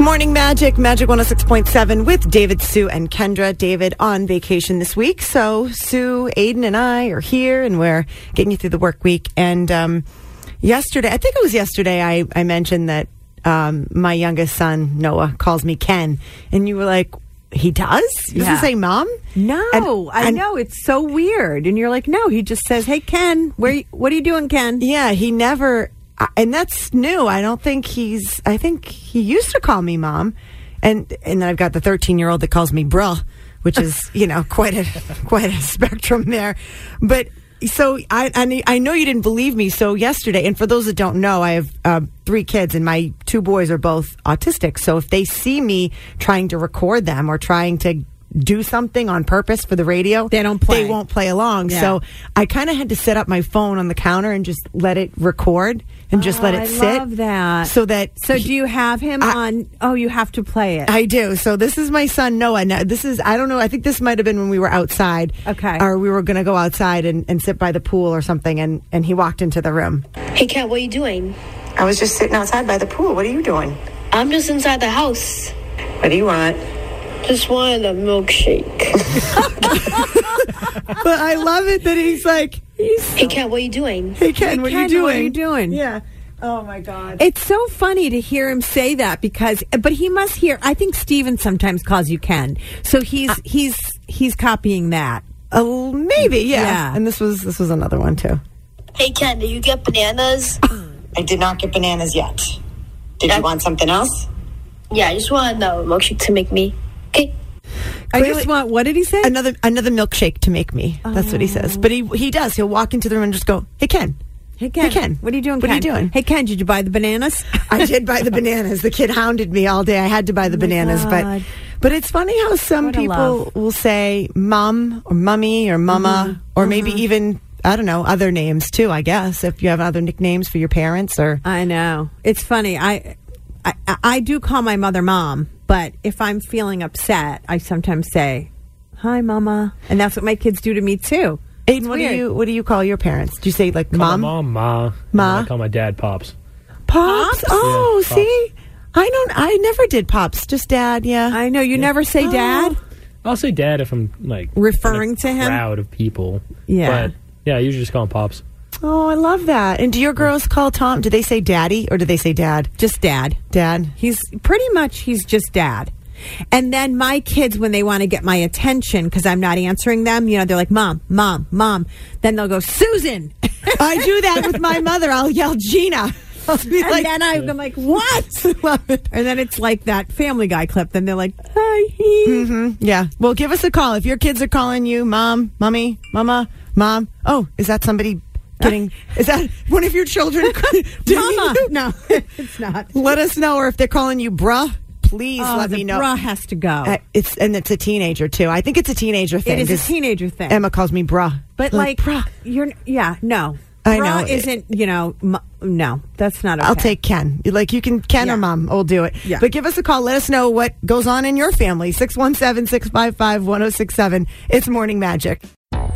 Morning Magic, Magic 106.7 with David, Sue, and Kendra. David on vacation this week. So Sue, Aiden, and I are here and we're getting you through the work week. And um, yesterday, I think it was yesterday, I, I mentioned that um, my youngest son, Noah, calls me Ken. And you were like, he does? He doesn't Yeah. say mom? No, And- I and- know it's so weird, and you're like, no, he just says, "Hey, Ken, where? You, what are you doing, Ken?" Yeah, he never, I- and that's new. I don't think he's. I think he used to call me mom, and and then I've got the thirteen year old that calls me bruh, which is you know quite a quite a spectrum there. But so I I, I know you didn't believe me. So yesterday, and for those that don't know, I have uh, three kids, and my two boys are both autistic. So if they see me trying to record them or trying to do something on purpose for the radio, They don't play. They won't play along. Yeah. So I kind of had to set up my phone on the counter and just let it record and just let Oh, it I sit. love that. So that So he- do you have him I- on? Oh, you have to play it. I do. So this is my son Noah. Now, this is I don't know. I think this might have been when we were outside. Okay. Or we were going to go outside and, and sit by the pool or something. And and he walked into the room. Hey Kat, what are you doing? I was just sitting outside by the pool. What are you doing? I'm just inside the house. What do you want? Just wanted a milkshake. but I love it that he's like, hey Kat, what are you doing? Hey Ken, what are you Ken, doing? what are you doing? Yeah. Oh my God. It's so funny to hear him say that because, uh, but he must hear. I think Steven sometimes calls you Ken, so he's he's he's copying that. Oh, maybe. Yeah. Yeah. And this was this was another one too. Hey Ken, do you get bananas? I did not get bananas yet. Did you want something else? yeah, I just wanted a milkshake to make me. Okay. I just want. What did he say? another another milkshake to make me. That's what he says. But he he does. He'll walk into the room and just go, "Hey Ken." Hey Ken, Ken, what are you doing? what are you Ken? doing? Hey Ken, did you buy the bananas? I did buy the bananas. The kid hounded me all day. I had to buy the bananas, but Oh God. but it's funny how some What a people love. Mm-hmm. will say mom or mummy or mama or maybe even I don't know other names too. I guess if you have other nicknames for your parents or I know. It's funny. I, I I do call my mother mom, but if I'm feeling upset, I sometimes say, "Hi, mama," and that's what my kids do to me too. Aiden, what weird. do you what do you call your parents? Do you say like Call mom, my mom, ma. And Ma. I call my dad, pops. pops? Pops? Oh, Yeah, pops. see, I don't. I never did pops. Just dad. Yeah. Oh, I know you never say dad. I'll say dad if I'm like Referring in a to him? Crowd of people. Yeah. But yeah, I usually just call him pops. Oh, I love that. And do your girls call Tom? Do they say daddy or do they say dad? Just dad. Dad. He's pretty much he's just dad. And then my kids, when they want to get my attention because I'm not answering them, you know, they're like, "Mom, mom, mom." Then they'll go, "Susan," I do that with my mother. I'll yell Gina. I'll be and like, then I, I'm like, "What?" love it. And then it's like that Family Guy clip. Then they're like, "Oh, "Hi." Yeah. Well, give us a call if your kids are calling you mom, mommy, mama, mom. Oh, is that somebody getting? is that one of your children? doing Mama. you? No, it's not. Let us know, or if they're calling you bruh, please Oh, let the me know. bra has to go. Uh, it's and it's a teenager too. I think it's a teenager thing. Oh. it is a 'cause teenager thing. Emma calls me bruh, but like, bruh. you're yeah, no. I bra know. isn't you know mu- no. That's not. Okay. I'll take Ken. Like you can Ken Yeah. or mom will do it. Yeah. But give us a call. Let us know what goes on in your family. 617-655-1067. It's morning magic.